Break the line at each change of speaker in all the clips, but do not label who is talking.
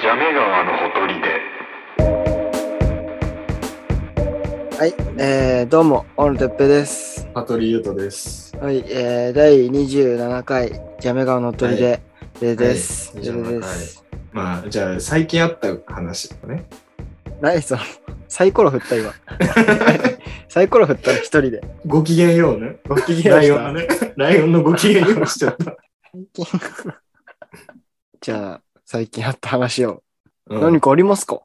ジャメ川のほとりで。
はい、えー、どうも、オンテッペです。
羽鳥優斗です。
はい、えー、第27回、ジャメ川の鳥で、でです。
はい
でです。
まあ、じゃあ、最近あった話とかね。
何その、サイコロ振っ た今。サイコロ振ったら一人で。
ご機嫌ようね。ご機
嫌
ライ
よう
オンのね。ライオンのご機嫌ようしちゃ った。
じゃあ、最近あった話を。
うん
何
い
かありますか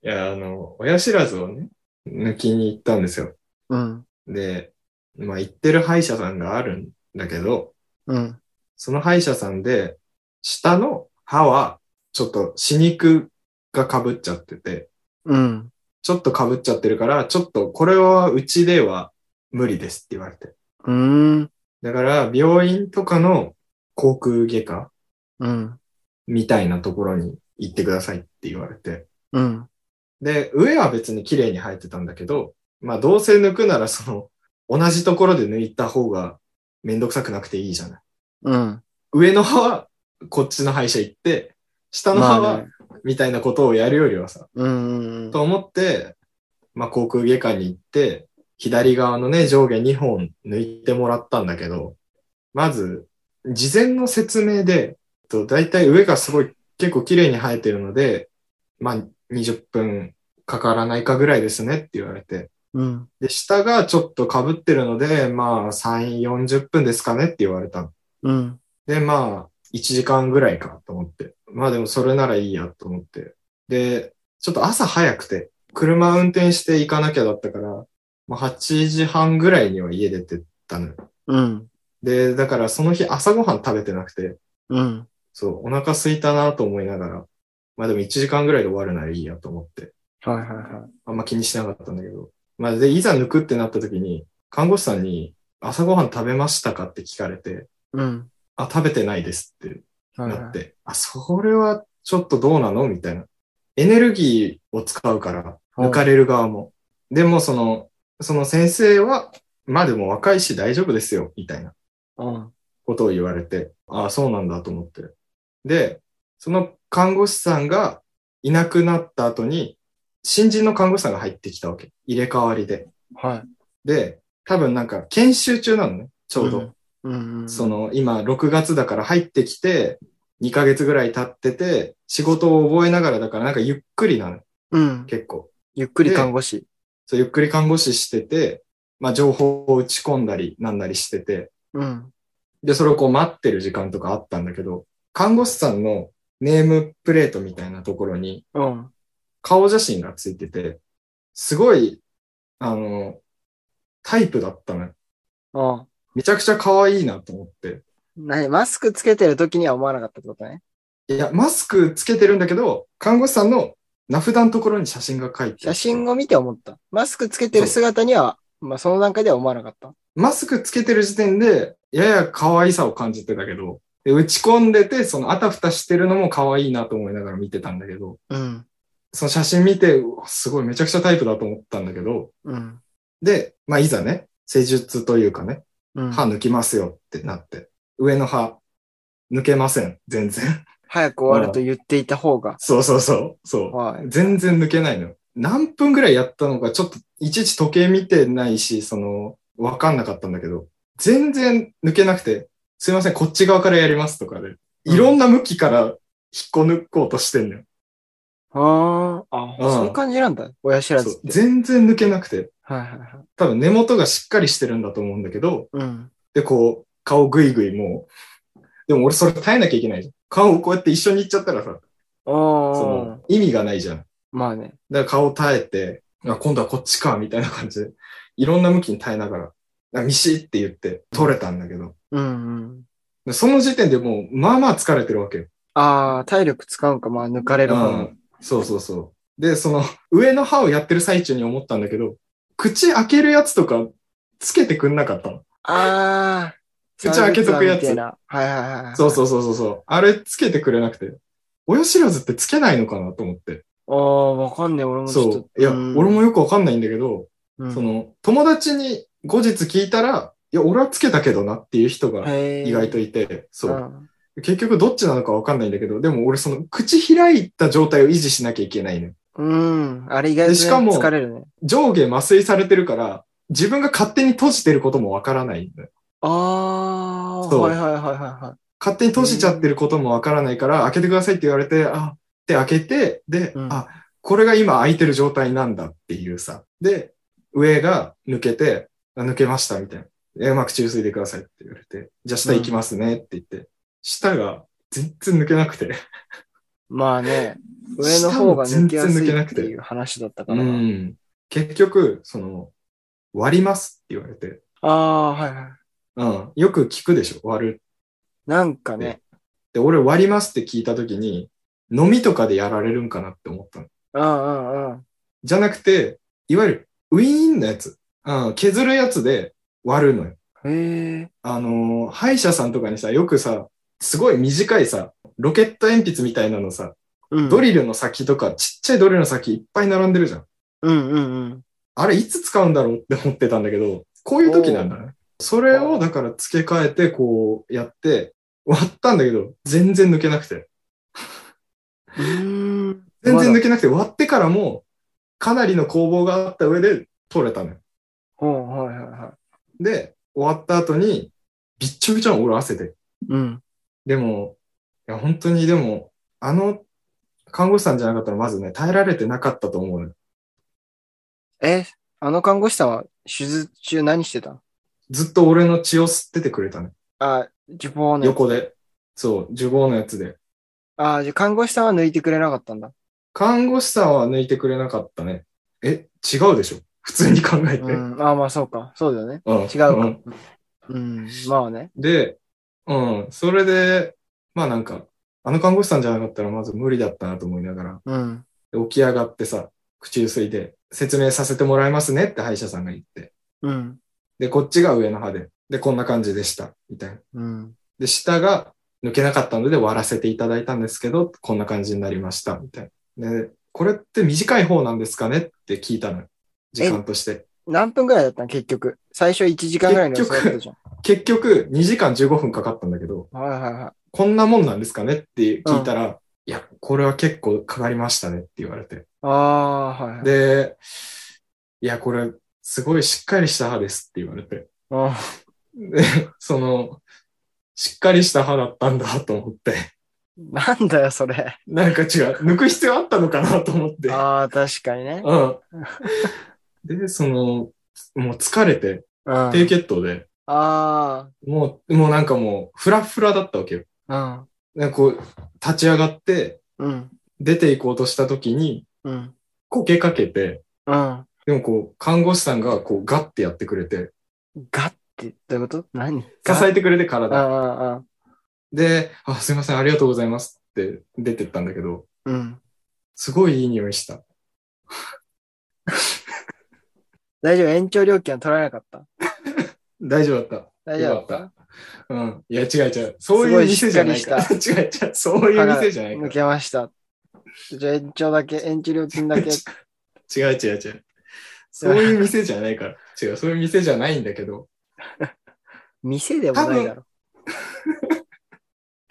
や、あの、親知らずをね、抜きに行ったんですよ。
うん。
で、まあ、行ってる歯医者さんがあるんだけど、
うん。
その歯医者さんで、下の歯は、ちょっと歯肉が被っちゃってて、
うん。
ちょっと被っちゃってるから、ちょっとこれはうちでは無理ですって言われて。
うーん。
だから、病院とかの航空外科
うん。
みたいなところに行ってくださいって言われて。
うん。
で、上は別に綺麗に生えてたんだけど、まあ、どうせ抜くならその、同じところで抜いた方がめんどくさくなくていいじゃない。
うん。
上の歯はこっちの歯医者行って、下の歯
まあ
は
ね
みたいなことをやるよりはさ、
うん。
と思って、まあ、航空外科に行って、左側のね、上下2本抜いてもらったんだけど、まず、事前の説明で、と大体上がすごい結構綺麗に生えてるので、まあ、20分かからないかぐらいですねって言われて、
うん。
で、下がちょっと被ってるので、まあ、3、40分ですかねって言われたの。
うん。
で、まあ、1時間ぐらいかと思って。まあでもそれならいいやと思って。で、ちょっと朝早くて、車運転して行かなきゃだったから、まあ8時半ぐらいには家出てったのよ。
うん。
で、だからその日朝ごはん食べてなくて、
うん。
そう、お腹空いたなと思いながら、まあでも1時間ぐらいで終わるならいいやと思って、
はいはいはい。
あんま気にしなかったんだけど。まあで、いざ抜くってなった時に、看護師さんに朝ごはん食べましたかって聞かれて、
うん。
あ、食べてないですって
はい
なっ
はい。
て、あ、それはちょっとどうなのみたいな。エネルギーを使うから、
うん
抜かれる側も。でも、その、その先生は、まあでも若いし大丈夫ですよ、みたいな
うん。
ことを言われて、ああ、そうなんだと思って。で、その看護師さんがいなくなった後に、新人の看護師さんが入ってきたわけ。入れ替わりで。
はい。
で、多分なんか研修中なのね、ちょうど。
うん。うん。うん
そ。の今6月だから入ってきて2ヶ月ぐらい経ってて仕事を覚えながらだからなんかゆっくりなの
うん。
結構
ゆっくり看護師。
そうゆっくり看護師しててまあ情報を打ち込んだりなんなりしてて
うん。
でそれをこう待ってる時間とかあったんだけど看護師さんのネームプレートみたいなところに
うん。
顔写真がついててすごいあのタイプだったの
うん。
めちゃくちゃ可愛いなと思って
何マスクつけてる時には思わなかったってことね。
いや、マスクつけてるんだけど、看護師さんの名札のところに写真が書いてあって
写真を見て思った。マスクつけてる姿には、まあその段階では思わなかった。
マスクつけてる時点で、やや可愛さを感じてたけど、で打ち込んでて、そのあたふたしてるのも可愛いなと思いながら見てたんだけど、
うん。
その写真見て、うわすごいめちゃくちゃタイプだと思ったんだけど、
うん。
で、まあ、いざね、施術というかね、
うん、
歯抜きますよってなって、上の歯、抜けません、全然。
早く終わると言っていた方が。
そうそうそう、そう。
はい。
全然抜けないのよ。何分ぐらいやったのか、ちょっと、いちいち時計見てないし、その、わかんなかったんだけど、全然抜けなくて、すいません、こっち側からやりますとかで、いろんな向きから引っこ抜こうとしてんのよ。
ああ、あ、
うん
そういう感じなんだ。親知らず
そう
って。
全然抜けなくて、
はいはいはい。
多分根元がしっかりしてるんだと思うんだけど、
うん。
で、こう、顔ぐいぐいもう、でも俺それ耐えなきゃいけないじゃん。顔をこうやって一緒にいっちゃったらさ、そ
おー
の、意味がないじゃん。
まあね。
だから顔耐えて、あ今度はこっちか、みたいな感じで、いろんな向きに耐えながら、あミシって言って取れたんだけど、
うんうん。
でその時点でもう、まあまあ疲れてるわけよ。
ああ、体力使うんか、まあ抜かれる方も。
そうそうそう。で、その、上の歯をやってる最中に思ったんだけど、口開けるやつとか、つけてくんなかったの。
ああ。
口開けとくやつ
サンドイッチマンみたいなはいはいはい。
そうそうそうそうそう。あれつけてくれなくて。親知らずってつけないのかなと思って。
う。ああ、わかんねえ、俺もちょっと
そう。いや、
ん
俺もよくわかんないんだけど、
うん
その、友達に後日聞いたら、や、俺はつけたけどなっていう人が
意
意外
い
といて、
そ
そう。結局どっちなのかわかんないんだけど、でも俺その口開いた状態を維持しなきゃいけないの。
うん。あれ意外と、ね、
でしかも
疲れるね。
上下麻酔されてるから、自分が勝手に閉じてることもわからないのよ。
ああ、
そう
はいはいはいはいは
勝手に閉じちゃってることもわからないから、開けてくださいって言われて、あ、って開けて、で、
うん
あ、これが今開いてる状態なんだっていうさ。で、上が抜けて、あ抜けましたみたいな。えうまく注水でくださいって言われて、じゃあ下行きますねって言って、下が全然抜けなくて。
い。まあね、上の方が抜けやす
下も全然抜け
い
な
っ
くて
ていう話だったか
う
ら。
ん。結局、その、割りますって言われて。
ああ、はいはい。
うん。よく聞くでしょ、割る。
なんかね、
で、俺割りますって聞いたときに、飲みとかでやられるんかなって思ったの。
うんうんうん。
じゃなくて、いわゆるウィーンのやつ。うん、削るやつで割るのよ。
へえ。
あのー歯医者さんとかにさ、よくさ、すごい短いさ、ロケット鉛筆みたいなのさ、
うん
ドリルの先とか、ちっちゃいドリルの先いっぱい並んでるじゃん。
うんうんうん。
あれいつ使うんだろうって思ってたんだけど、こういう時なんだね。それをだから付け替えてこうやって割ったんだけど、全然抜けなくて。
うーん。
全然抜
け。
けなくて割ってからもかなりの攻防があった上で取れたのよ。
ほうはいはいは
で、終わった後にびっちょびちょの俺汗で。
い。うん。
でも、いや本当にでも、あの看護師さんじゃなかったらまずね、耐えられてなかったと思うのよ。
え、あの看護師さんは手術中何してたの
ずっと俺の血を吸っててくれたのよ。
あ、受講ね。
横で。そう、呪棒のやつで。
あ、じゃあ看護師さんは抜いてくれなかったんだ。
看護師さんは抜いてくれなかったね。え、違うでしょ普通に考えて。
うん。あ、まあそうか。そうだよね。
うん
違うか
うん
うん。まあね。
で、うん、それで、まあなんか、あの看護師さんじゃなかったらまず無理だったなと思いながら、
うん。
で起き上がってさ、口ゆすいで、説明させてもらいますねって歯医者さんが言って。
うん。
で、こっちが上の歯で。で、こんな感じでした。みたいな。
うん。
で、下が抜けなかったので割らせていただいたんですけど、こんな感じになりました。みたいな。で、これって短い方なんですかねって聞いたのよ。時間として。
何分ぐらいだったの結局。最初1時間ぐらいの予想だったじゃん。
結局、2時間15分かかったんだけど、
はいはいはい。
こんなもんなんですかねって聞いたら、いや、これは結構かかりましたねって言われて。
ああ、はいはい。
で、いや、これ、すごいしっかりした歯ですって言われて。
うん
で、その、しっかりした歯だったんだと思って。
なんだよ、それ。
なんか違う、抜く必要あったのかなと思って。
ああ、確かにね。
うん。で、その、もう疲れて、
うん。あ
低血糖で、
あ
もう、もうなんかもう、フラフラだったわけよ。
ー、
なんかこう、立ち上がって、
うん。うん。
出て行こうとした時に、
うん。
こけかけて、
うん。
でもこう、看護師さんがこう、ガッてやってくれて、
ガッて、どういうこと何
支
え
えてくれて
ああ
体。
ああ、
で、あ、すいません、ありがとうございますって出てったんだけど、
うん。
すごいいい匂いした。
大丈夫、延長料金は取られなかった。
大丈夫だっ
大丈夫だっ
よかた。
た
うん。いや、違う違う。そういう店じゃないから。
す
違う 違う。そういう店じゃないか
抜けました。じゃあ延長だけ、延長料金だ
ら。
け。
違う違う違う。そういう店じゃないから。 違う、そういう店じゃないんだけど、
店でもないだろ。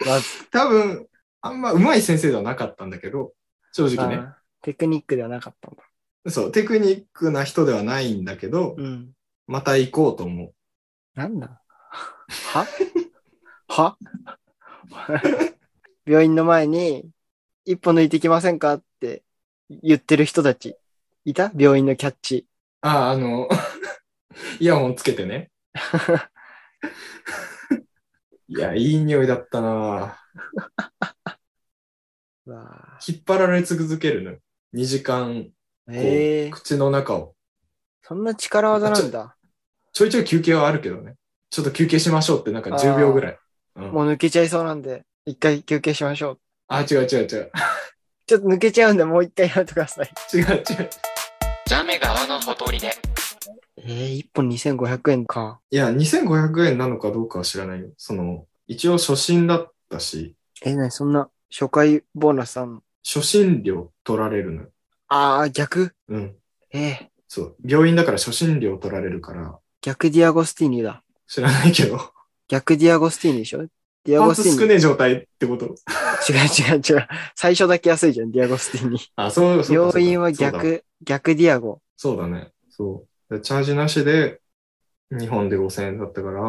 まず、
多分、あんま上手い先生ではなかったんだけど、正直ね。
あーテクニックではなかったんだ。
そう、テクニックな人ではないんだけど、
うん。
また行こうと思う。
なんだはは病院の前に、一歩抜いてきませんかって言ってる人たち、いた病院のキャッチ。
ああ、あの、 イヤホンつけてね。いや、いい匂いだったな
うわ
引っ張られ続けるのよ。2時間、
ーええ
口の中を。
そんな力技なんだ。
ちょいちょい休憩はあるけどね。ちょっと休憩しましょうって、なんか10秒ぐらい。うん
もう抜けちゃいそうなんで、一回休憩しましょう。
あ、違う違う違う。
ちょっと抜けちゃうんで、もう一回やめてください。
違う違う。
ジャメ川のほとりで
ええ一本2500円か。
いや、2500円なのかどうかは知らないよ。その、一応初心だったし、
えー、なにそんな、初回ボーナスさん。
初心料取られるのよ。
ああ、逆
うん。
ええ
そう。病院だから初心料取られるから、
逆ディアゴスティーニだ。
知らないけど。
逆ディアゴスティーニでしょディア
パー
ゴ
ツ
スティ
少
ーニ。
ねえ状態ってこと。
違う違う違う。最初だけ安いじゃん、ディアゴスティーニ。
あ、 そう、そうかそう
要
か
因は。
そうだ
逆、逆ディアゴ。
そうだね。そう。でチャージなしで、日本で5000円だったから、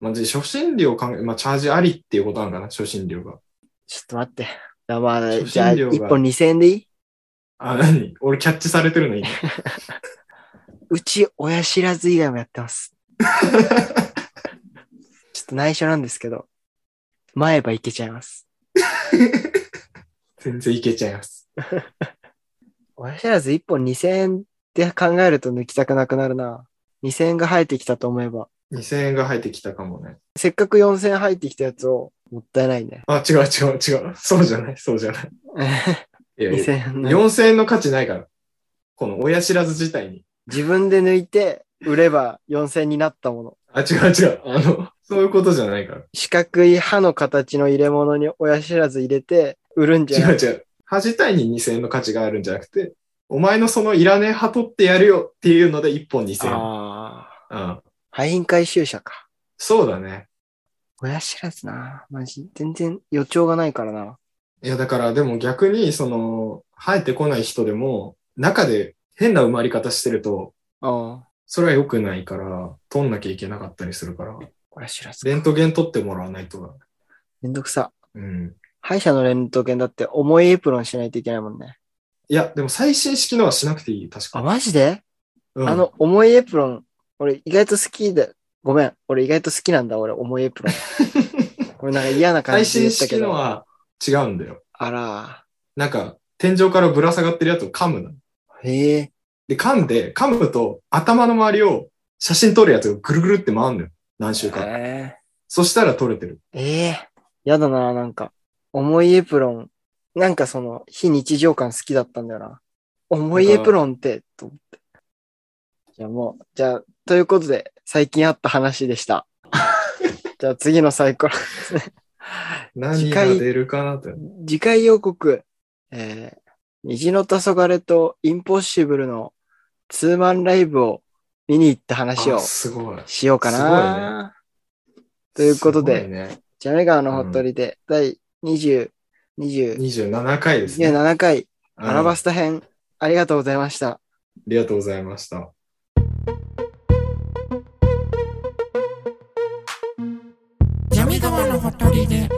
まあ、で初診料かん、まあ、チャージありっていうことなのかな、初診料が。
ちょっと待って。だまあ、
初
じゃあ、
診料が
1本2000円でいい
あ、何俺キャッチされてるの今。
うち、親知らず以外もやっ てます。ちょっと内緒なんですけど、前歯いけちゃいます。
全然いけちゃいます。
親知らず1本2000円って考えると抜きたくなくなるな。2000円が生えてきたと思えば。
2000円が入ってきたかもね。
せっかく4000円入ってきたやつを、もったいないね。
あ、違う違う違う。そうじゃない、そうじゃない。いやいや
2000円の
4000円の価値ないから。この親知らず自体に。
自分で抜いて、売れば4000円になったもの。
あ、違う違う。あの、そういうことじゃないから。
四角い歯の形の入れ物に親知らず入れて、売るんじゃな
違う
い
違う。歯自体に2000円の価値があるんじゃなくて、お前のそのいらねえ歯取ってやるよっていうので1本2000
ああ。
円。うん。
廃品回収車か。
そうだね。
親知らずな。マジ、全然予兆がないからな。
いや、だからでも逆に、その、生えてこない人でも、中で変な埋まり方してると、
ああ。
それは良くないから、取んなきゃいけなかったりするから、
親知らず
レントゲン取ってもらわないとだ。
めんどくさ。
うん。
歯医者のレントゲンだって重いエプロンしないといけないもんね。
いや、でも最新式のはしなくていい、確
あ、
か。
マジで、
うん
あ、の、重いエプロン、俺意外と好きで、ごめん、俺意外と好きなんだ、俺、重いエプロン。 これなんか嫌な感
最
じで
新
言った
式
け
の
ど。
は違うんだよ。
あら、
なんか、天井からぶら下がってるやつを噛むの。
へえ、
で、噛んで、噛むと頭の周りを写真撮るやつがぐるぐるって回るのよ。何週間。
え
そしたら撮れてる。
えやだな、なんか。重いエプロン、なんかその、非日常感好きだったんだよな。重いエプロンって、と思って。じゃあもう、じゃあ、ということで、最近あった話で した。じゃあ次のサイコロ。
何が出るかなって。
次回予告、えー、虹の黄昏とインポッシブルのツーマンライブを見に行った話を
あすごい。
しようかな。ということで
ですごいね、
ジャメ川のほっとりで、第20、20、
27回ですね。
27回、アラバ
ス。
スタ編、ありがとうございました。
ありがとうございました。
ジャミ川のほとりで